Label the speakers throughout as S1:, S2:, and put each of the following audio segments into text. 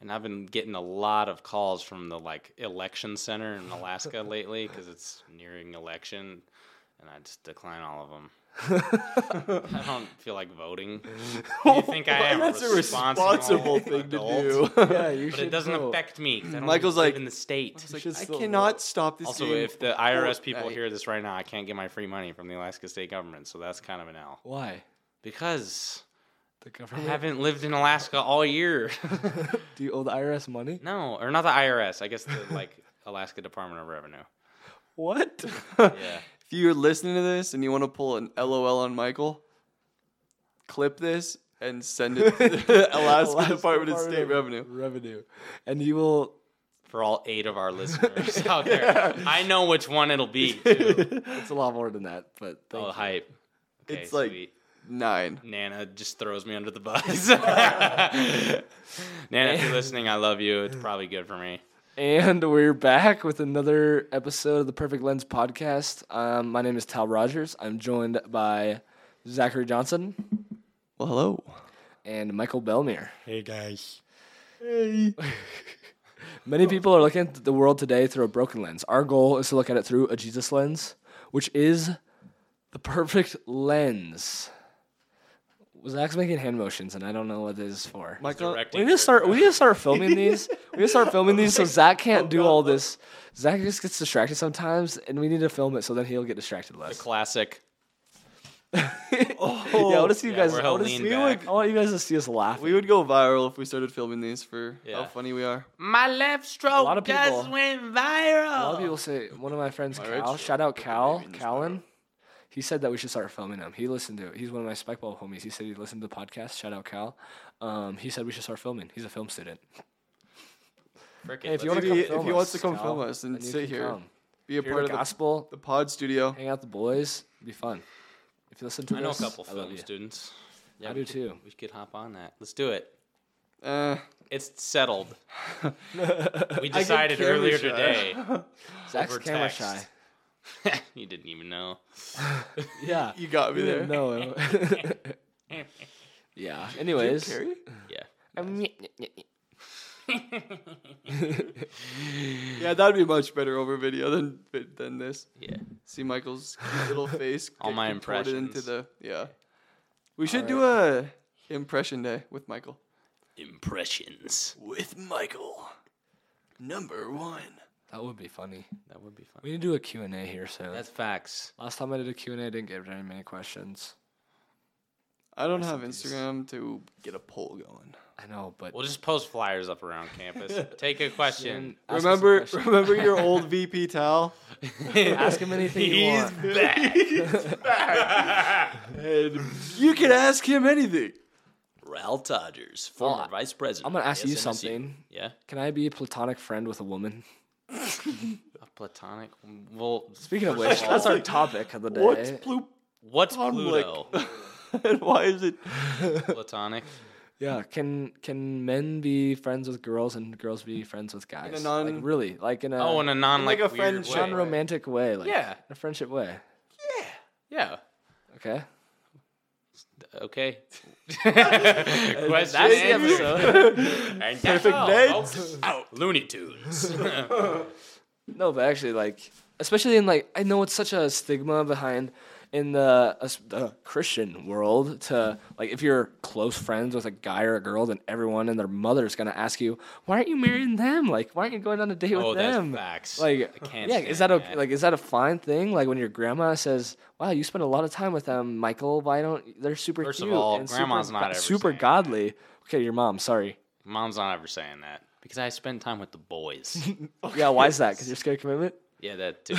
S1: and I've been getting a lot of calls from the like election center in Alaska lately because it's nearing election, and I just decline all of them. I don't feel like voting. You think I am
S2: That's a
S1: responsible,
S2: responsible thing to
S1: adult?
S2: do.
S3: yeah, you
S1: But
S3: should
S1: it doesn't
S3: vote.
S1: affect me. 'cause I don't
S2: Michael's
S1: live
S2: like-
S1: in the state.
S2: It's like,
S3: should
S2: I
S3: still
S2: cannot
S3: vote.
S2: stop this
S1: Also,
S2: game.
S1: if the IRS people
S2: Fortnite."
S1: hear this right now, I can't get my free money from the Alaska state government, so that's kind of an L.
S3: Why?
S1: Because
S3: The
S1: I
S3: government?
S1: haven't lived in Alaska all year.
S3: Do you owe the IRS money?
S1: no, or not the IRS. I guess the like Alaska Department of Revenue.
S2: What?
S1: Yeah.
S2: If you're listening to this and you want to pull an LOL on Michael, clip this and send it to the Alaska, Department of State Revenue.
S3: Revenue. And you will.
S1: For all eight of our listeners out there, I know which one it'll be. Too.
S3: It's a lot more than that, but thank
S1: Oh,
S3: you.
S1: hype. Okay,
S2: It's like-
S1: sweet.
S2: Nine.
S1: Nana just throws me under the bus. Nana, if you're listening, I love you. It's probably good for me.
S3: And we're back with another episode of the Perfect Lens podcast. Um, my name is Tal Rogers. I'm joined by Zachary Johnson
S2: Well, hello.
S3: and Michael Belmere.
S1: Hey guys.
S3: Many people are looking at the world today through a broken lens. Our goal is to look at it through a Jesus lens, which is the perfect lens. Zach's making hand motions, and I don't know what this is for.
S2: Michael,
S1: Directing.
S3: We need to start. We need to start filming these. We need to start filming these so Zach can't do all this. Zach just gets distracted sometimes, and we need to film it so then he'll get distracted
S1: the
S3: less.
S1: classic.
S2: Oh.
S3: yeah, I want to see you
S1: Yeah,
S3: guys.
S1: we're
S3: I want,
S1: held lean
S3: see,
S1: back.
S3: I want you guys to see us laugh.
S2: we would go viral if we started filming these for how
S1: Yeah.
S2: funny we are.
S1: My left stroke
S3: lot of people- just
S1: went viral.
S3: a
S2: Oh.
S3: lot of people say one of my friends,
S2: My
S3: Cal.
S2: right
S3: Shout out Cal.
S2: maybe it's
S3: Callan. He said that we should start filming him. He listened to it. He's one of my Spikeball homies. He said he listened to the podcast. Shout out Cal. Um, he said we should start filming. He's a film student. Hey, if you want to
S2: If he-
S3: come,
S2: if
S3: film
S2: he
S3: us,
S2: wants to come film
S3: Cal,
S2: us and
S3: then you
S2: sit
S3: can
S2: here,
S3: come.
S2: Be a
S3: hear
S2: part
S3: the
S2: of the,
S3: gospel,
S2: the pod studio.
S3: hang out with the boys, It'd be fun. If you listen to
S1: I know a
S3: this,
S1: couple
S3: I love
S1: film
S3: you.
S1: students. Yeah,
S3: I
S1: we
S3: do
S1: could-
S3: too.
S1: We could hop on that. Let's do it.
S2: Uh,
S1: It's settled. we
S2: get
S1: decided
S2: camera
S1: earlier
S2: shy.
S1: today.
S3: Zach's
S1: over
S3: camera
S1: text.
S3: shy.
S1: you didn't even know.
S3: Yeah.
S2: you got me there.
S3: no. yeah. Anyways.
S2: Carrie?
S1: Yeah.
S3: Um,
S2: Yeah, that'd be much better over video than than this.
S1: Yeah.
S2: See Michael's cute little face.
S1: All
S2: get
S1: my
S2: contorted Into
S1: impressions.
S2: the yeah. We should do a impression day with Michael.
S1: Impressions.
S2: With Michael, number one.
S3: That would be funny.
S1: That would be fun.
S3: We need to do a Q&A here soon.
S1: That's facts.
S3: Last time I did a Q&A, I didn't get very many questions.
S2: I don't have Instagram to get a poll going.
S3: I know, but
S1: We'll just post flyers up around campus. Take a question.
S3: Ask us a
S2: remember,
S3: question.
S2: remember your old VP towel.
S3: ask him anything you
S1: He's
S3: want.
S1: back.
S2: You can ask him anything.
S1: Ralph Dodgers, former
S3: Oh, I-
S1: vice president.
S3: I'm gonna ask you
S1: SMSU.
S3: something.
S1: Yeah.
S3: Can I be a platonic friend with a woman?
S1: A platonic. Well,
S3: Speaking of which, that's our topic of the day.
S2: What's Ploop?
S1: what's
S2: I'm like-
S1: Pluto?
S2: and why is it?
S1: platonic.
S3: Yeah, can can men be friends with girls and girls be friends with guys? like
S2: non-
S3: really, like in a
S1: Oh, in a non like,
S2: like a
S1: weird
S2: friendship.
S1: way.
S2: Non-rom-
S3: romantic way, like
S1: Yeah.
S3: in a friendship way.
S1: Yeah.
S3: Okay,
S1: Okay. Question. That's
S3: the
S1: and Perfect Out. Looney Tunes.
S3: no, but actually, like especially in like I know it's such a stigma behind in the us- the Christian world to like if you're close friends with a guy or a girl, then everyone and their mother's gonna ask you, why aren't you marrying them? Like why aren't you going on a date
S1: oh,
S3: with
S1: that's
S3: them?
S1: facts.
S3: Like,
S1: I can't
S3: yeah,
S1: stand
S3: is that okay? Like, is that a fine thing? Like, when your grandma says, "Wow, you spend a lot of time with them, Michael. Why don't they're super
S1: First of
S3: cute?"
S1: all,
S3: and
S1: grandma's
S3: super,
S1: not
S3: go-
S1: ever
S3: super
S1: saying that.
S3: godly. Okay, your mom. Sorry.
S1: Mom's not ever saying that because I spend time with the boys.
S3: Yeah, why is that? Because you're scared of commitment.
S1: yeah, that too.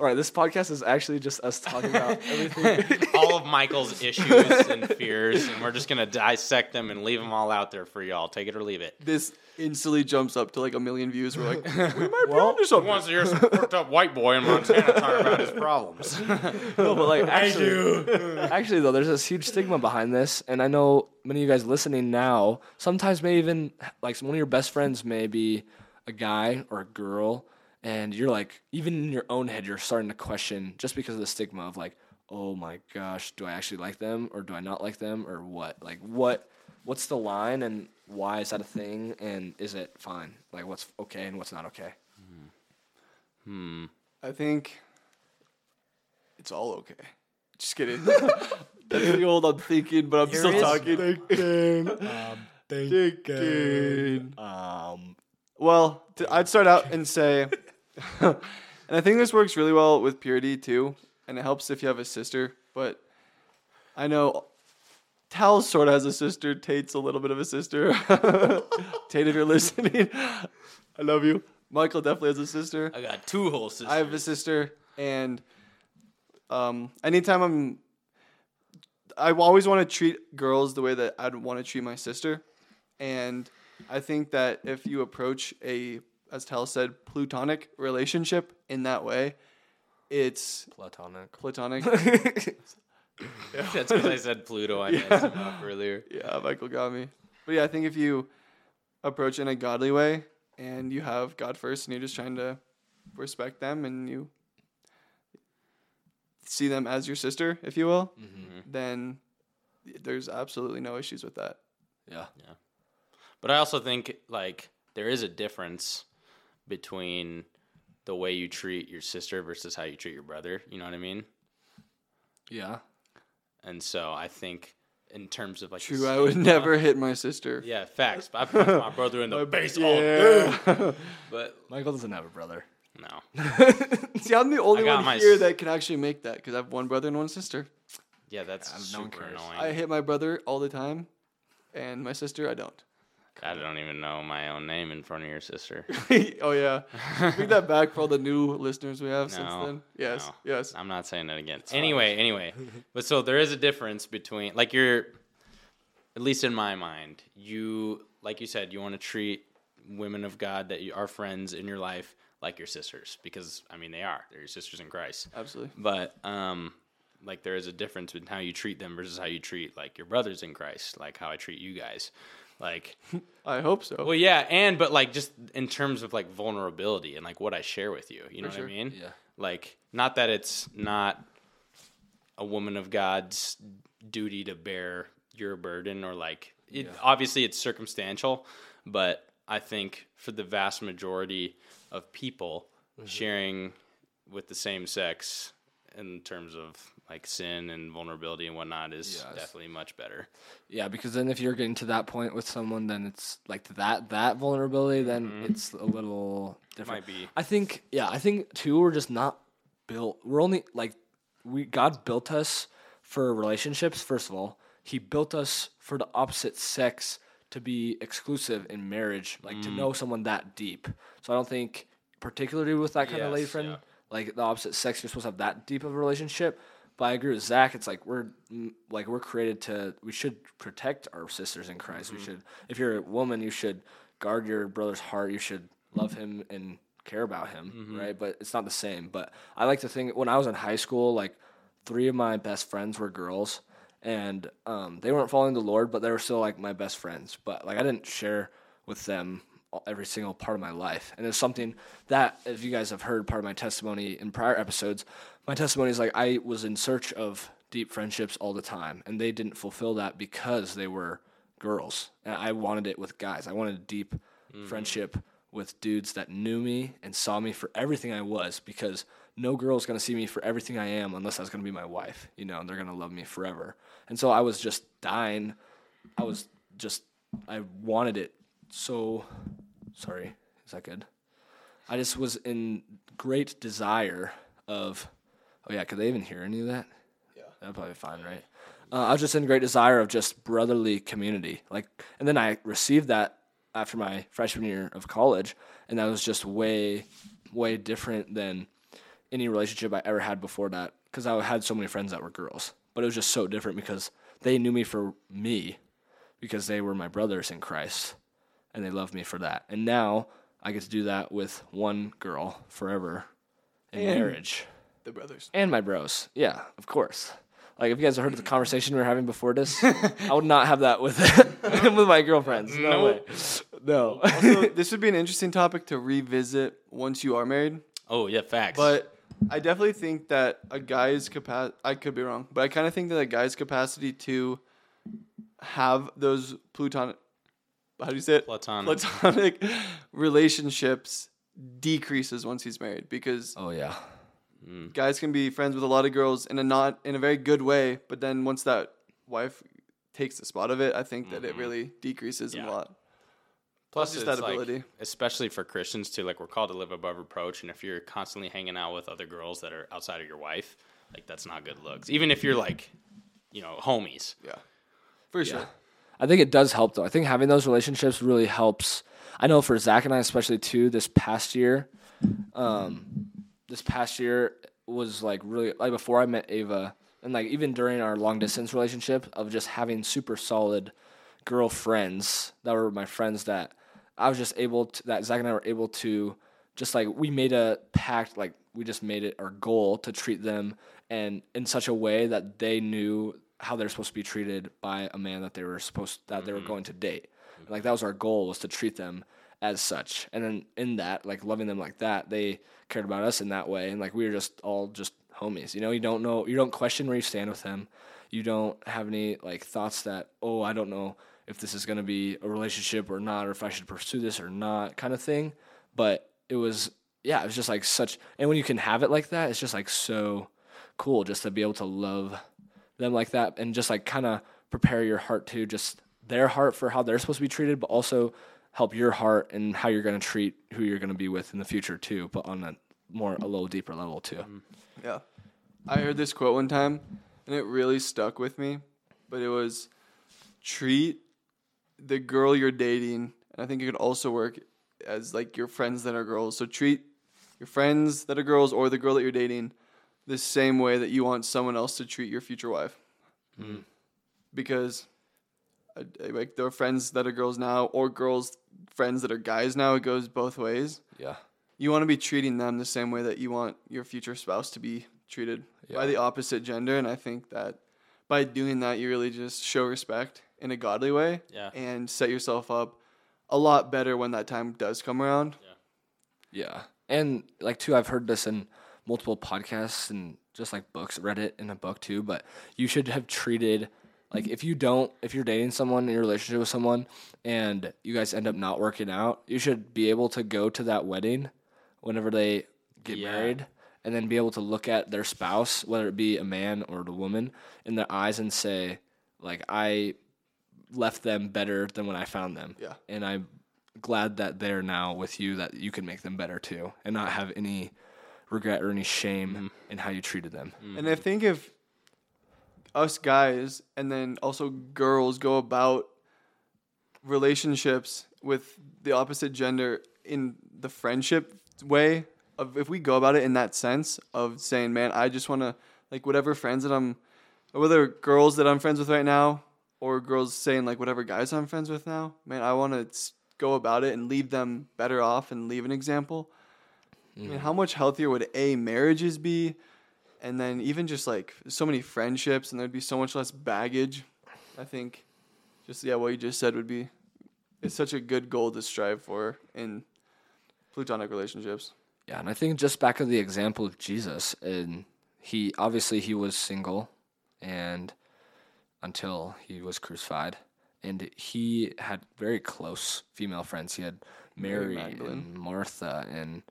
S3: All right, this podcast is actually just us talking about everything.
S1: all of Michael's issues and fears, and we're just gonna dissect them and leave them all out there for y'all. Take it or leave it.
S2: This instantly jumps up to like a million views. We're like, we might be onto
S1: Who
S2: something.
S1: wants to hear some worked up white boy in Montana talk about his problems?
S3: No, but like actually, actually though, there's this huge stigma behind this, and I know many of you guys listening now sometimes may even like one of your best friends may be a guy or a girl, and you're like even in your own head you're starting to question just because of the stigma of like, oh my gosh, do I actually like them or do I not like them or what? Like what? What's the line and why is that a thing and is it fine? Like what's okay and what's not okay?
S1: Hmm.
S2: I think it's all okay. Just kidding. That's the old I'm thinking, but I'm
S3: There
S2: still
S3: is-
S2: talking.
S3: Um,
S2: Thinking.
S3: um
S2: Well, t- I'd start out and say, and I think this works really well with purity too, and it helps if you have a sister. But I know Tal sort of has a sister. Tate's a little bit of a sister. Tate, if you're listening, I love you. Michael definitely has a sister.
S1: I got two whole sisters.
S2: I have a sister, and um, anytime I'm, I always want to treat girls the way that I'd want to treat my sister, and I think that if you approach a, as Tal said, plutonic relationship in that way, it's
S3: platonic.
S2: platonic.
S1: That's because I said Pluto. I messed him up earlier.
S2: yeah, Michael got me. But yeah, I think if you approach in a godly way and you have God first, and you're just trying to respect them, and you see them as your sister, if you will.
S3: Mhm.
S1: Mm-hmm.
S2: then there's absolutely no issues with that.
S3: Yeah.
S1: But I also think like there is a difference between the way you treat your sister versus how you treat your brother. You know what I mean?
S3: Yeah.
S1: And so I think in terms of like
S2: True,
S1: this-
S2: I would never hit my sister.
S1: Yeah, facts. But I punched my brother in the face all day.
S2: Yeah.
S1: But
S3: Michael doesn't have a brother.
S1: no,
S2: See, I'm the only
S1: I got
S2: one
S1: my
S2: here
S1: s-
S2: that can actually make that because I have one brother and one sister.
S1: yeah, that's
S3: I'm- no one
S1: super
S3: cares.
S1: annoying.
S2: I
S1: I,
S2: hit my brother all the time, and my sister I don't.
S1: don't even know my own name in front of your sister.
S2: oh yeah, bring that back for all the new listeners we have since
S1: No,
S2: then. Yes,
S1: no.
S2: yes.
S1: I'm not saying that again. Anyway, anyway, but so there is a difference between like you're, at least in my mind, you like you said you want to treat women of God that you are friends in your life like your sisters because I mean they are they're your sisters in Christ.
S2: Absolutely.
S1: but um like there is a difference in how you treat them versus how you treat like your brothers in christ like how i treat you guys like
S2: I hope so.
S1: well yeah and but like just in terms of like vulnerability and like what i share with you you know what
S2: sure.
S1: i mean
S3: Yeah.
S1: like not that it's not a woman of god's duty to bear your burden or like it, obviously it's circumstantial but i think for the vast majority of people sharing with the same sex in terms of like sin and vulnerability and whatnot is
S3: Yes.
S1: definitely much better
S3: Yeah, because then if you're getting to that point with someone, then it's like that that vulnerability, then it's a little different.
S1: Mm-hmm. Might be.
S3: I think yeah, I think too we're just not built. We're only like we God built us for relationships. First of all, He built us for the opposite sex to be exclusive in marriage, like
S1: Mm.
S3: to know someone that deep. So I don't think particularly with that kind of lady
S1: Yes,
S3: friend,
S1: yeah.
S3: like the opposite sex, you're supposed to have that deep of a relationship. But I agree with Zach. It's like we're mm, like we're created to. We should protect our sisters in Christ.
S1: Mm-hmm.
S3: We should. If you're a woman, you should guard your brother's heart. You should love him and care about him,
S1: Mm-hmm.
S3: right? But it's not the same. But I like to think when I was in high school, like three of my best friends were girls, and um, they weren't following the Lord, but they were still like my best friends. But like I didn't share with them all- every single part of my life. And it's something that, if you guys have heard part of my testimony in prior episodes, my testimony is like I was in search of deep friendships all the time, and they didn't fulfill that because they were girls. And I wanted it with guys. I wanted a deep friendship with dudes that knew me and saw me for everything I was because no girl's gonna see me for everything I am unless that's gonna be my wife, you know, and they're gonna love me forever. And so I was just dying I was just I wanted it so sorry, is that good? I just was in great desire of oh yeah, could they even hear any of that? Yeah. That'd probably be fine, right? Uh, I was just in great desire of just brotherly community. Like and then I received that after my freshman year of college and that was just way way different than any relationship I ever had before that because I had so many friends that were girls. But it was just so different because they knew me for me because they were my brothers in Christ and they loved me for that. And now I get to do that with one girl forever in marriage
S2: The brothers.
S3: and my bros. Yeah, of course. Like if you guys have heard of the conversation we were having before this, I would not have that with with my girlfriends. No way. No.
S2: also, this would be an interesting topic to revisit once you are married.
S1: oh yeah facts
S2: But I definitely think that a guy's capacity, I could be wrong, but I kind of think that a guy's capacity to have those plutonic how do you say it?
S1: Platonic.
S2: Platonic relationships decreases once he's married because
S3: Oh yeah.
S2: guys can be friends with a lot of girls in a not in a very good way, but then once that wife takes the spot of it, I think that it really decreases
S1: Mm-hmm. Yeah.
S2: a lot.
S1: Plus,
S2: just
S1: it's
S2: that
S1: like,
S2: ability.
S1: especially for Christians too, like we're called to live above reproach, and if you're constantly hanging out with other girls that are outside of your wife, like that's not good looks. Even if you're like, you know, homies.
S2: Yeah. For sure.
S3: I think it does help though. I think having those relationships really helps. I know for Zach and I especially too. This past year, um, this past year was like really like before I met Ava, and like even during our long distance relationship of just having super solid girlfriends that were my friends that I was just able to that Zach and I were able to just like we made a pact like we just made it our goal to treat them and in such a way that they knew how they're supposed to be treated by a man that they were supposed that they were going to date. And, like that was our goal was to treat them as such. And then in that, like loving them like that, they cared about us in that way and like we were just all just homies. You know, you don't know you don't question where you stand with them. You don't have any like thoughts that, oh, I don't know if this is gonna be a relationship or not, or if I should pursue this or not, kind of thing. But it was yeah, it was just like such and when you can have it like that, it's just like so cool just to be able to love them like that and just like kind of prepare your heart to just their heart for how they're supposed to be treated, but also help your heart and how you're going to treat who you're going to be with in the future too, but on a more a little deeper level too.
S2: Yeah. I heard this quote one time and it really stuck with me, but it was treat the girl you're dating. And I think it could also work as like your friends that are girls. So treat your friends that are girls or the girl that you're dating the same way that you want someone else to treat your future wife. Because uh, like there are friends that are girls now or girls friends that are guys now, it goes both ways
S3: Yeah.
S2: you want to be treating them the same way that you want your future spouse to be treated by the opposite gender and i think that by doing that you really just show respect in a godly way
S1: Yeah.
S2: and set yourself up a lot better when that time does come around
S3: Yeah. And like too, I've heard this in multiple podcasts and just like books, read it in a book too, but you should have treated like if you don't if you're dating someone in your relationship with someone and you guys end up not working out, you should be able to go to that wedding whenever they get
S1: Yeah.
S3: married and then be able to look at their spouse, whether it be a man or a woman, in their eyes and say, like, I left them better than when I found them.
S2: Yeah.
S3: And I'm glad that they're now with you that you can make them better too and not have any regret or any shame
S2: Mm-hmm.
S3: in how you treated them.
S2: and i think if us guys and then also girls go about relationships with the opposite gender in the friendship way of if we go about it in that sense of saying man i just want to like whatever friends that i'm or whether girls that i'm friends with right now or girls saying like whatever guys i'm friends with now man i want to go about it and leave them better off and leave an example i mean how much healthier would a marriages be and then even just like so many friendships and there'd be so much less baggage i think just yeah what you just said would be it's such a good goal to strive for in platonic relationships
S3: Yeah, and I think just back of the example of Jesus, and he obviously he was single, and until he was crucified, and he had very close female friends. He had Mary,
S2: Magdalene.
S3: and Martha, and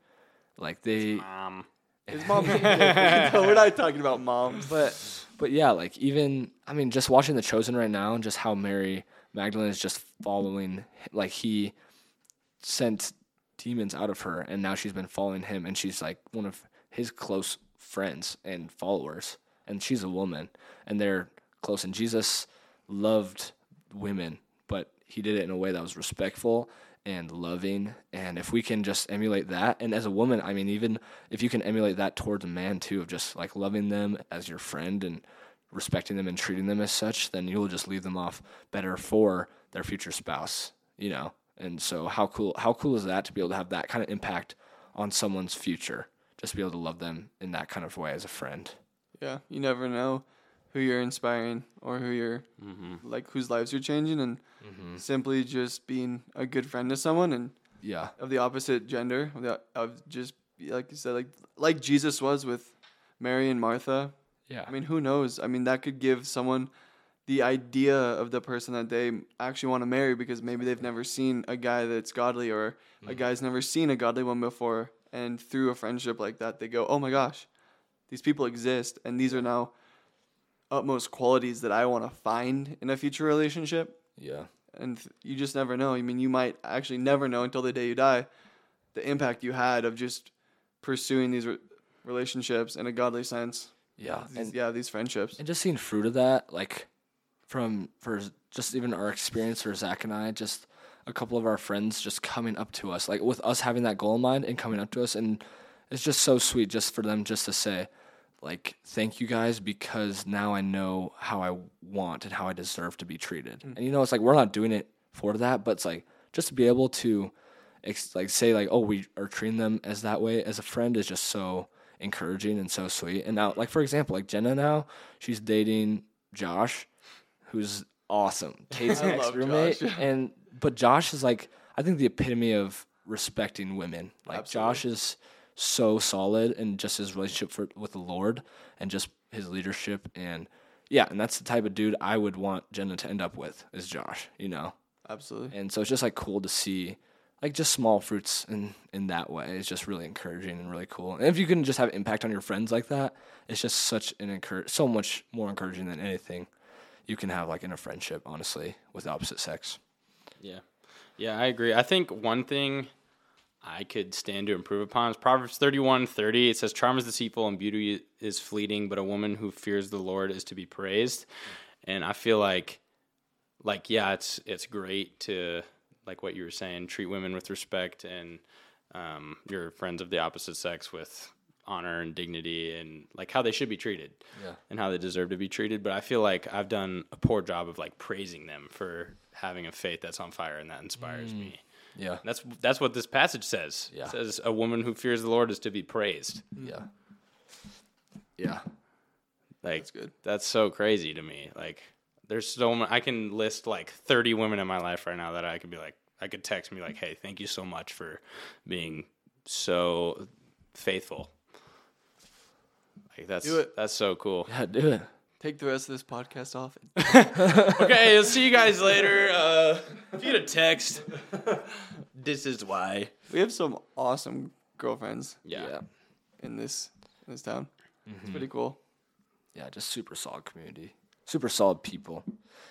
S3: like they.
S1: Um,
S2: his mom no, we're not talking about moms but
S3: But yeah, like even I mean, just watching The Chosen right now, and just how Mary Magdalene is just following, like he sent demons out of her, and now she's been following him, and she's like one of his close friends and followers, and she's a woman, and they're close. And Jesus loved women, but he did it in a way that was respectful and loving. And if we can just emulate that, and as a woman, I mean, even if you can emulate that towards a man too, of just like loving them as your friend and respecting them and treating them as such, then you'll just leave them off better for their future spouse, you know? And so how cool how cool is that to be able to have that kind of impact on someone's future? Just be able to love them in that kind of way as a friend.
S2: yeah you never know who you're inspiring or who you're like whose lives you're changing and simply just being a good friend to someone and
S3: Yeah.
S2: of the opposite gender of, the, of just like you said like like jesus was with mary and martha
S3: Yeah.
S2: I mean, who knows? I mean, that could give someone the idea of the person that they actually want to marry because maybe they've never seen a guy that's godly or a guy's never seen a godly one before. And through a friendship like that, they go, oh my gosh, these people exist. And these are now utmost qualities that I want to find in a future relationship
S3: Yeah.
S2: and th- you just never know. I mean, you might actually never know until the day you die the impact you had of just pursuing these re- relationships in a godly sense.
S3: Yeah.
S2: These-
S3: And
S2: yeah, these friendships.
S3: and just seeing fruit of that, like from for just even our experience for Zach and I, just a couple of our friends just coming up to us, like with us having that goal in mind and coming up to us, and it's just so sweet just for them just to say, like, thank you guys because now I know how I want and how I deserve to be treated. And you know, it's like we're not doing it for that, but it's like just to be able to ex- like say like oh we are treating them as that way as a friend is just so encouraging and so sweet and now like for example like jenna now she's dating josh who's awesome kate's
S2: I love
S3: ex-roommate
S2: Josh.
S3: and but josh is like i think the epitome of respecting women like josh is so solid in just his relationship for, with the lord and just his leadership and yeah and that's the type of dude i would want jenna to end up with is josh you know
S2: Absolutely.
S3: and so it's just like cool to see like just small fruits in in that way it's just really encouraging and really cool and if you can just have impact on your friends like that it's just such an encourage so much more encouraging than anything you can have like in a friendship honestly with the opposite sex
S1: Yeah. Yeah, I agree. I think one thing I could stand to improve upon is Proverbs thirty-one thirty. It says, Charm is deceitful and beauty is fleeting, but a woman who fears the Lord is to be praised. And I feel like, like, yeah, it's, it's great to, like what you were saying, treat women with respect and um, your friends of the opposite sex with honor and dignity and like how they should be treated
S3: Yeah.
S1: and how they deserve to be treated. But I feel like I've done a poor job of like praising them for having a faith that's on fire and that inspires
S2: Mm.
S1: me.
S3: yeah
S1: That's that's what this passage says.
S3: Yeah.
S1: It says a woman who fears the Lord is to be praised.
S3: yeah yeah
S1: Like that's
S2: good.
S1: so crazy to me. Like there's so many, I can list like 30 women in my life right now that I could be like I could text me like, "Hey, thank you so much for being so faithful." Like that's
S2: Do it.
S1: that's so cool.
S3: yeah do it
S2: Take the rest of this podcast off.
S1: okay, I'll see you guys later. Uh, if you get a text, this is why.
S2: We have some awesome girlfriends
S1: Yeah. Mm-hmm.
S3: yeah,
S2: in this in this town. It's pretty cool.
S3: Yeah, just super solid community. Super solid people.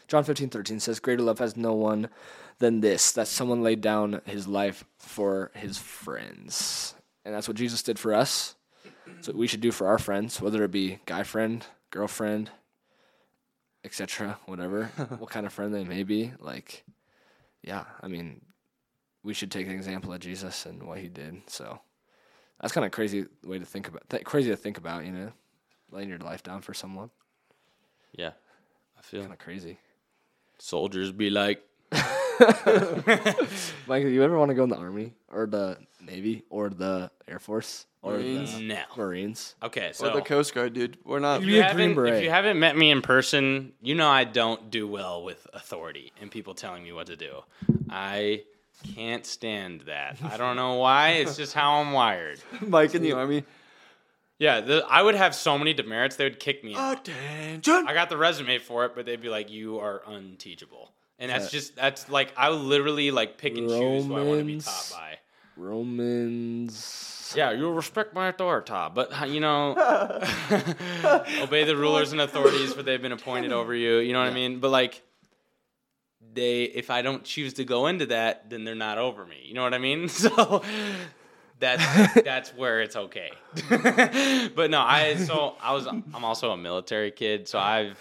S3: John fifteen thirteen says, Greater love has no one than this, that someone laid down his life for his friends. And that's what Jesus did for us. So we should do for our friends, whether it be guy friend, girlfriend, etc., whatever, what kind of friend they may be. Like, yeah, I mean, we should take an example of Jesus and what he did. So that's kind of crazy way to think about. Th- crazy to think about, you know laying your life down for someone.
S1: Yeah. I feel
S3: Kind of crazy.
S1: soldiers be like,
S3: Michael, you ever want to go in the army or the navy or the air force or
S2: Marines.
S3: the
S1: no.
S3: marines?
S1: Okay,
S2: Or
S1: so
S2: the Coast Guard, dude. We're not.
S1: if,
S3: Be
S1: you
S3: a Green
S1: haven't, if
S3: Beret.
S1: you haven't met me in person, you know I don't do well with authority and people telling me what to do. I can't stand that. I don't know why. It's just how I'm wired.
S2: Mike in the army.
S1: Yeah, the, I would have so many demerits, they would kick me out.
S2: Attention.
S1: I got the resume for it, but they'd be like, "You are unteachable," and that's just that's like I literally like pick and choose who I want to be
S3: Romans.
S1: taught by.
S3: Romans.
S1: Yeah, you'll respect my authority, but uh, you know, obey the rulers and authorities, for they've been appointed over you. You know what I mean? But like, they if I don't choose to go into that, then they're not over me. You know what I mean? So that's that's where it's okay. but no, I so I was I'm also a military kid, so I've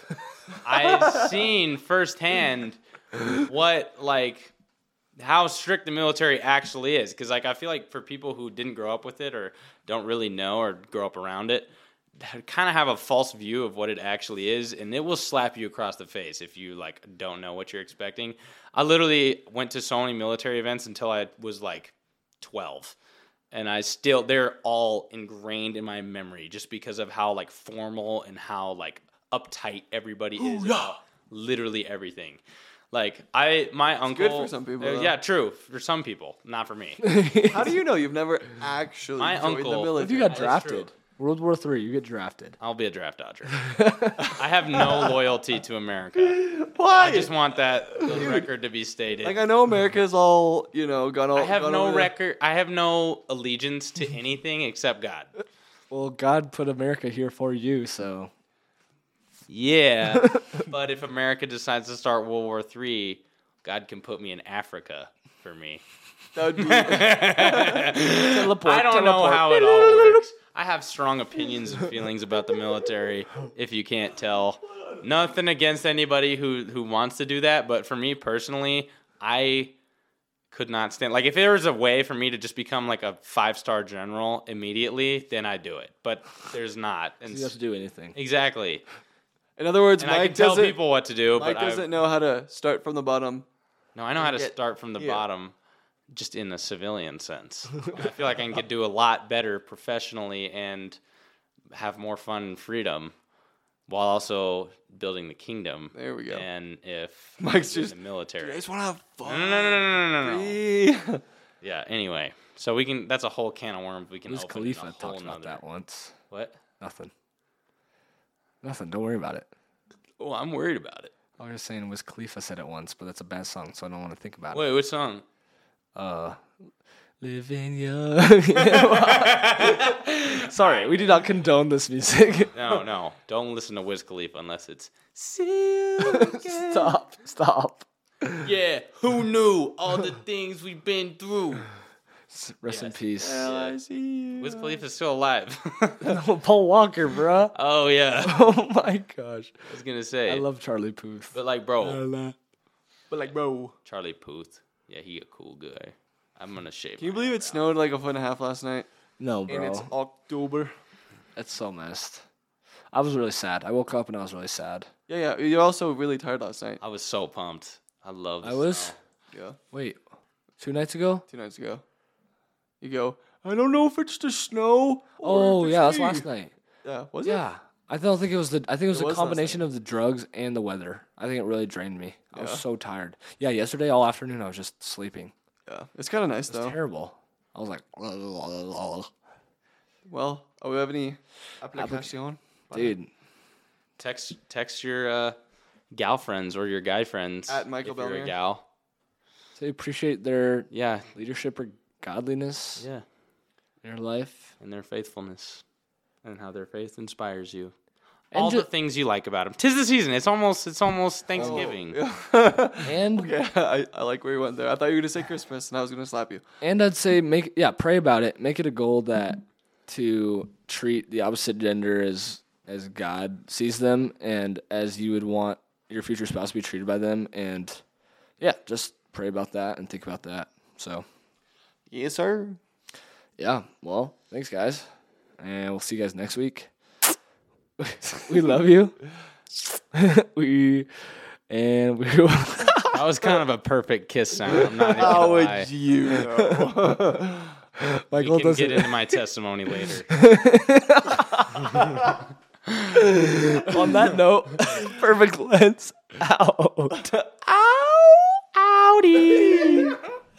S1: I've seen firsthand what like how strict the military actually is because like i feel like for people who didn't grow up with it or don't really know or grow up around it kind of have a false view of what it actually is and it will slap you across the face if you like don't know what you're expecting i literally went to so many military events until i was like 12 and i still they're all ingrained in my memory just because of how like formal and how like uptight everybody is about literally everything like i my uncle
S2: good for some people,
S1: uh,
S2: though.
S1: yeah true for some people not for me
S2: How do you know you've never actually
S1: My
S2: joined the
S1: uncle-
S2: military?
S3: If you got
S1: That's true.
S3: drafted, World War Three, you get drafted.
S1: I'll be a draft dodger. I have no loyalty to America.
S2: Why?
S1: I just want that the record to be stated.
S2: like I know America's all you know gone all.
S1: I have
S2: gone
S1: no
S2: over the-
S1: record. I have no allegiance to anything except God.
S3: Well, God put America here for you, so
S1: Yeah, but if America decides to start World War Three, God can put me in Africa for me.
S2: That would be,
S3: teleport.
S1: I don't know
S3: teleport.
S1: how it all works. I have strong opinions and feelings about the military. If you can't tell, nothing against anybody who who wants to do that, but for me personally, I could not stand. Like if there was a way for me to just become like a five star general immediately, then I'd do it. But there's not. And
S3: You have to do anything.
S1: exactly.
S2: in other words,
S1: And I
S2: Mike
S1: can tell
S2: doesn't.
S1: people what to do,
S2: Mike
S1: but I,
S2: doesn't know how to start from the bottom.
S1: no, I know how to
S2: get-
S1: start from the
S2: yeah.
S1: bottom, just in a civilian sense. I feel like I can do a lot better professionally and have more fun and freedom while also building the kingdom.
S2: There we go.
S1: And if
S2: Mike's
S1: I was in
S2: just-
S1: the military.
S2: I just want to have
S1: no,
S2: fun.
S1: no, no, no, no, no, no, no.
S2: Yeah.
S1: Yeah. Anyway, so we can. That's a whole can of worms. We can.
S3: Wiz
S1: open in a
S3: Khalifa
S1: whole
S3: talked about
S1: nother-
S3: that once.
S1: What?
S3: Nothing. Nothing. Don't worry about it.
S1: Oh, I'm worried about it.
S3: I was just saying Wiz Khalifa said it once, but that's a bad song, so I don't want to think about it.
S1: Wait, what song?
S3: Uh, living young. Sorry, we do not condone this music.
S1: No, no. Don't listen to Wiz Khalifa unless it's
S3: stop. Stop.
S1: yeah. Who knew all the things we've been through?
S3: Rest in peace.
S2: Well, I see you.
S1: Wiz Khalifa's still alive.
S3: Paul Walker, bruh.
S1: oh yeah, I
S3: Oh my gosh.
S1: was gonna say.
S3: I love Charlie Puth.
S1: but like, bro,
S2: But like, bro,
S1: Charlie Puth. Yeah, he a cool guy. I'm gonna shave.
S2: can you
S1: my
S2: believe
S1: head
S2: it snowed like a foot and a half last night?
S3: No, bro.
S2: And it's October.
S3: That's so messed. I was really sad. I woke up and I was really sad.
S2: Yeah, yeah. You're also really tired last night.
S1: off. I was so pumped. I love. The
S3: I was.
S1: snow.
S2: Yeah,
S3: Wait, two nights ago?
S2: two nights ago. You go. I don't know if it's the snow.
S3: Oh
S2: Or the
S3: yeah, that's
S2: ski."
S3: last night.
S2: Yeah, was it?
S3: Yeah, I don't think it was the. I think it was
S2: It
S3: a
S2: was last
S3: combination of the drugs and the weather. I think it really drained me. I
S2: Yeah.
S3: was so tired. Yeah, yesterday all afternoon I was just sleeping.
S2: Yeah, it's kind of nice
S3: It's
S2: though.
S3: terrible. I was like,
S2: Well, do we have any application?
S3: dude,
S1: Text text your uh, gal friends or your guy friends.
S2: At Michael
S1: if you're
S2: Bellmere.
S1: a gal.
S3: so you appreciate their
S1: Yeah,
S3: leadership or godliness
S1: yeah,
S3: in your life.
S1: and their faithfulness, and how their faith inspires you.
S3: And
S1: All
S3: ju-
S1: the things you like about them. Tis the season. It's almost. It's almost
S2: Oh.
S1: Thanksgiving.
S3: And
S2: Yeah, I, I like where you went there. I thought you were gonna say Christmas, and I was gonna slap you.
S3: And I'd say make yeah, pray about it. Make it a goal that to treat the opposite gender as as God sees them and as you would want your future spouse to be treated by them and yeah, just pray about that and think about that. So,
S2: Yes, sir.
S3: yeah. Well, thanks guys. And we'll see you guys next week. we love you. we and we
S1: That was kind of a perfect kiss sound. I'm not even
S2: How
S1: gonna lie.
S2: would you? know?
S1: We
S3: Michael
S1: can get
S3: doesn't
S1: into my testimony later.
S3: on that note, perfect lens out.
S1: Ow! Audi!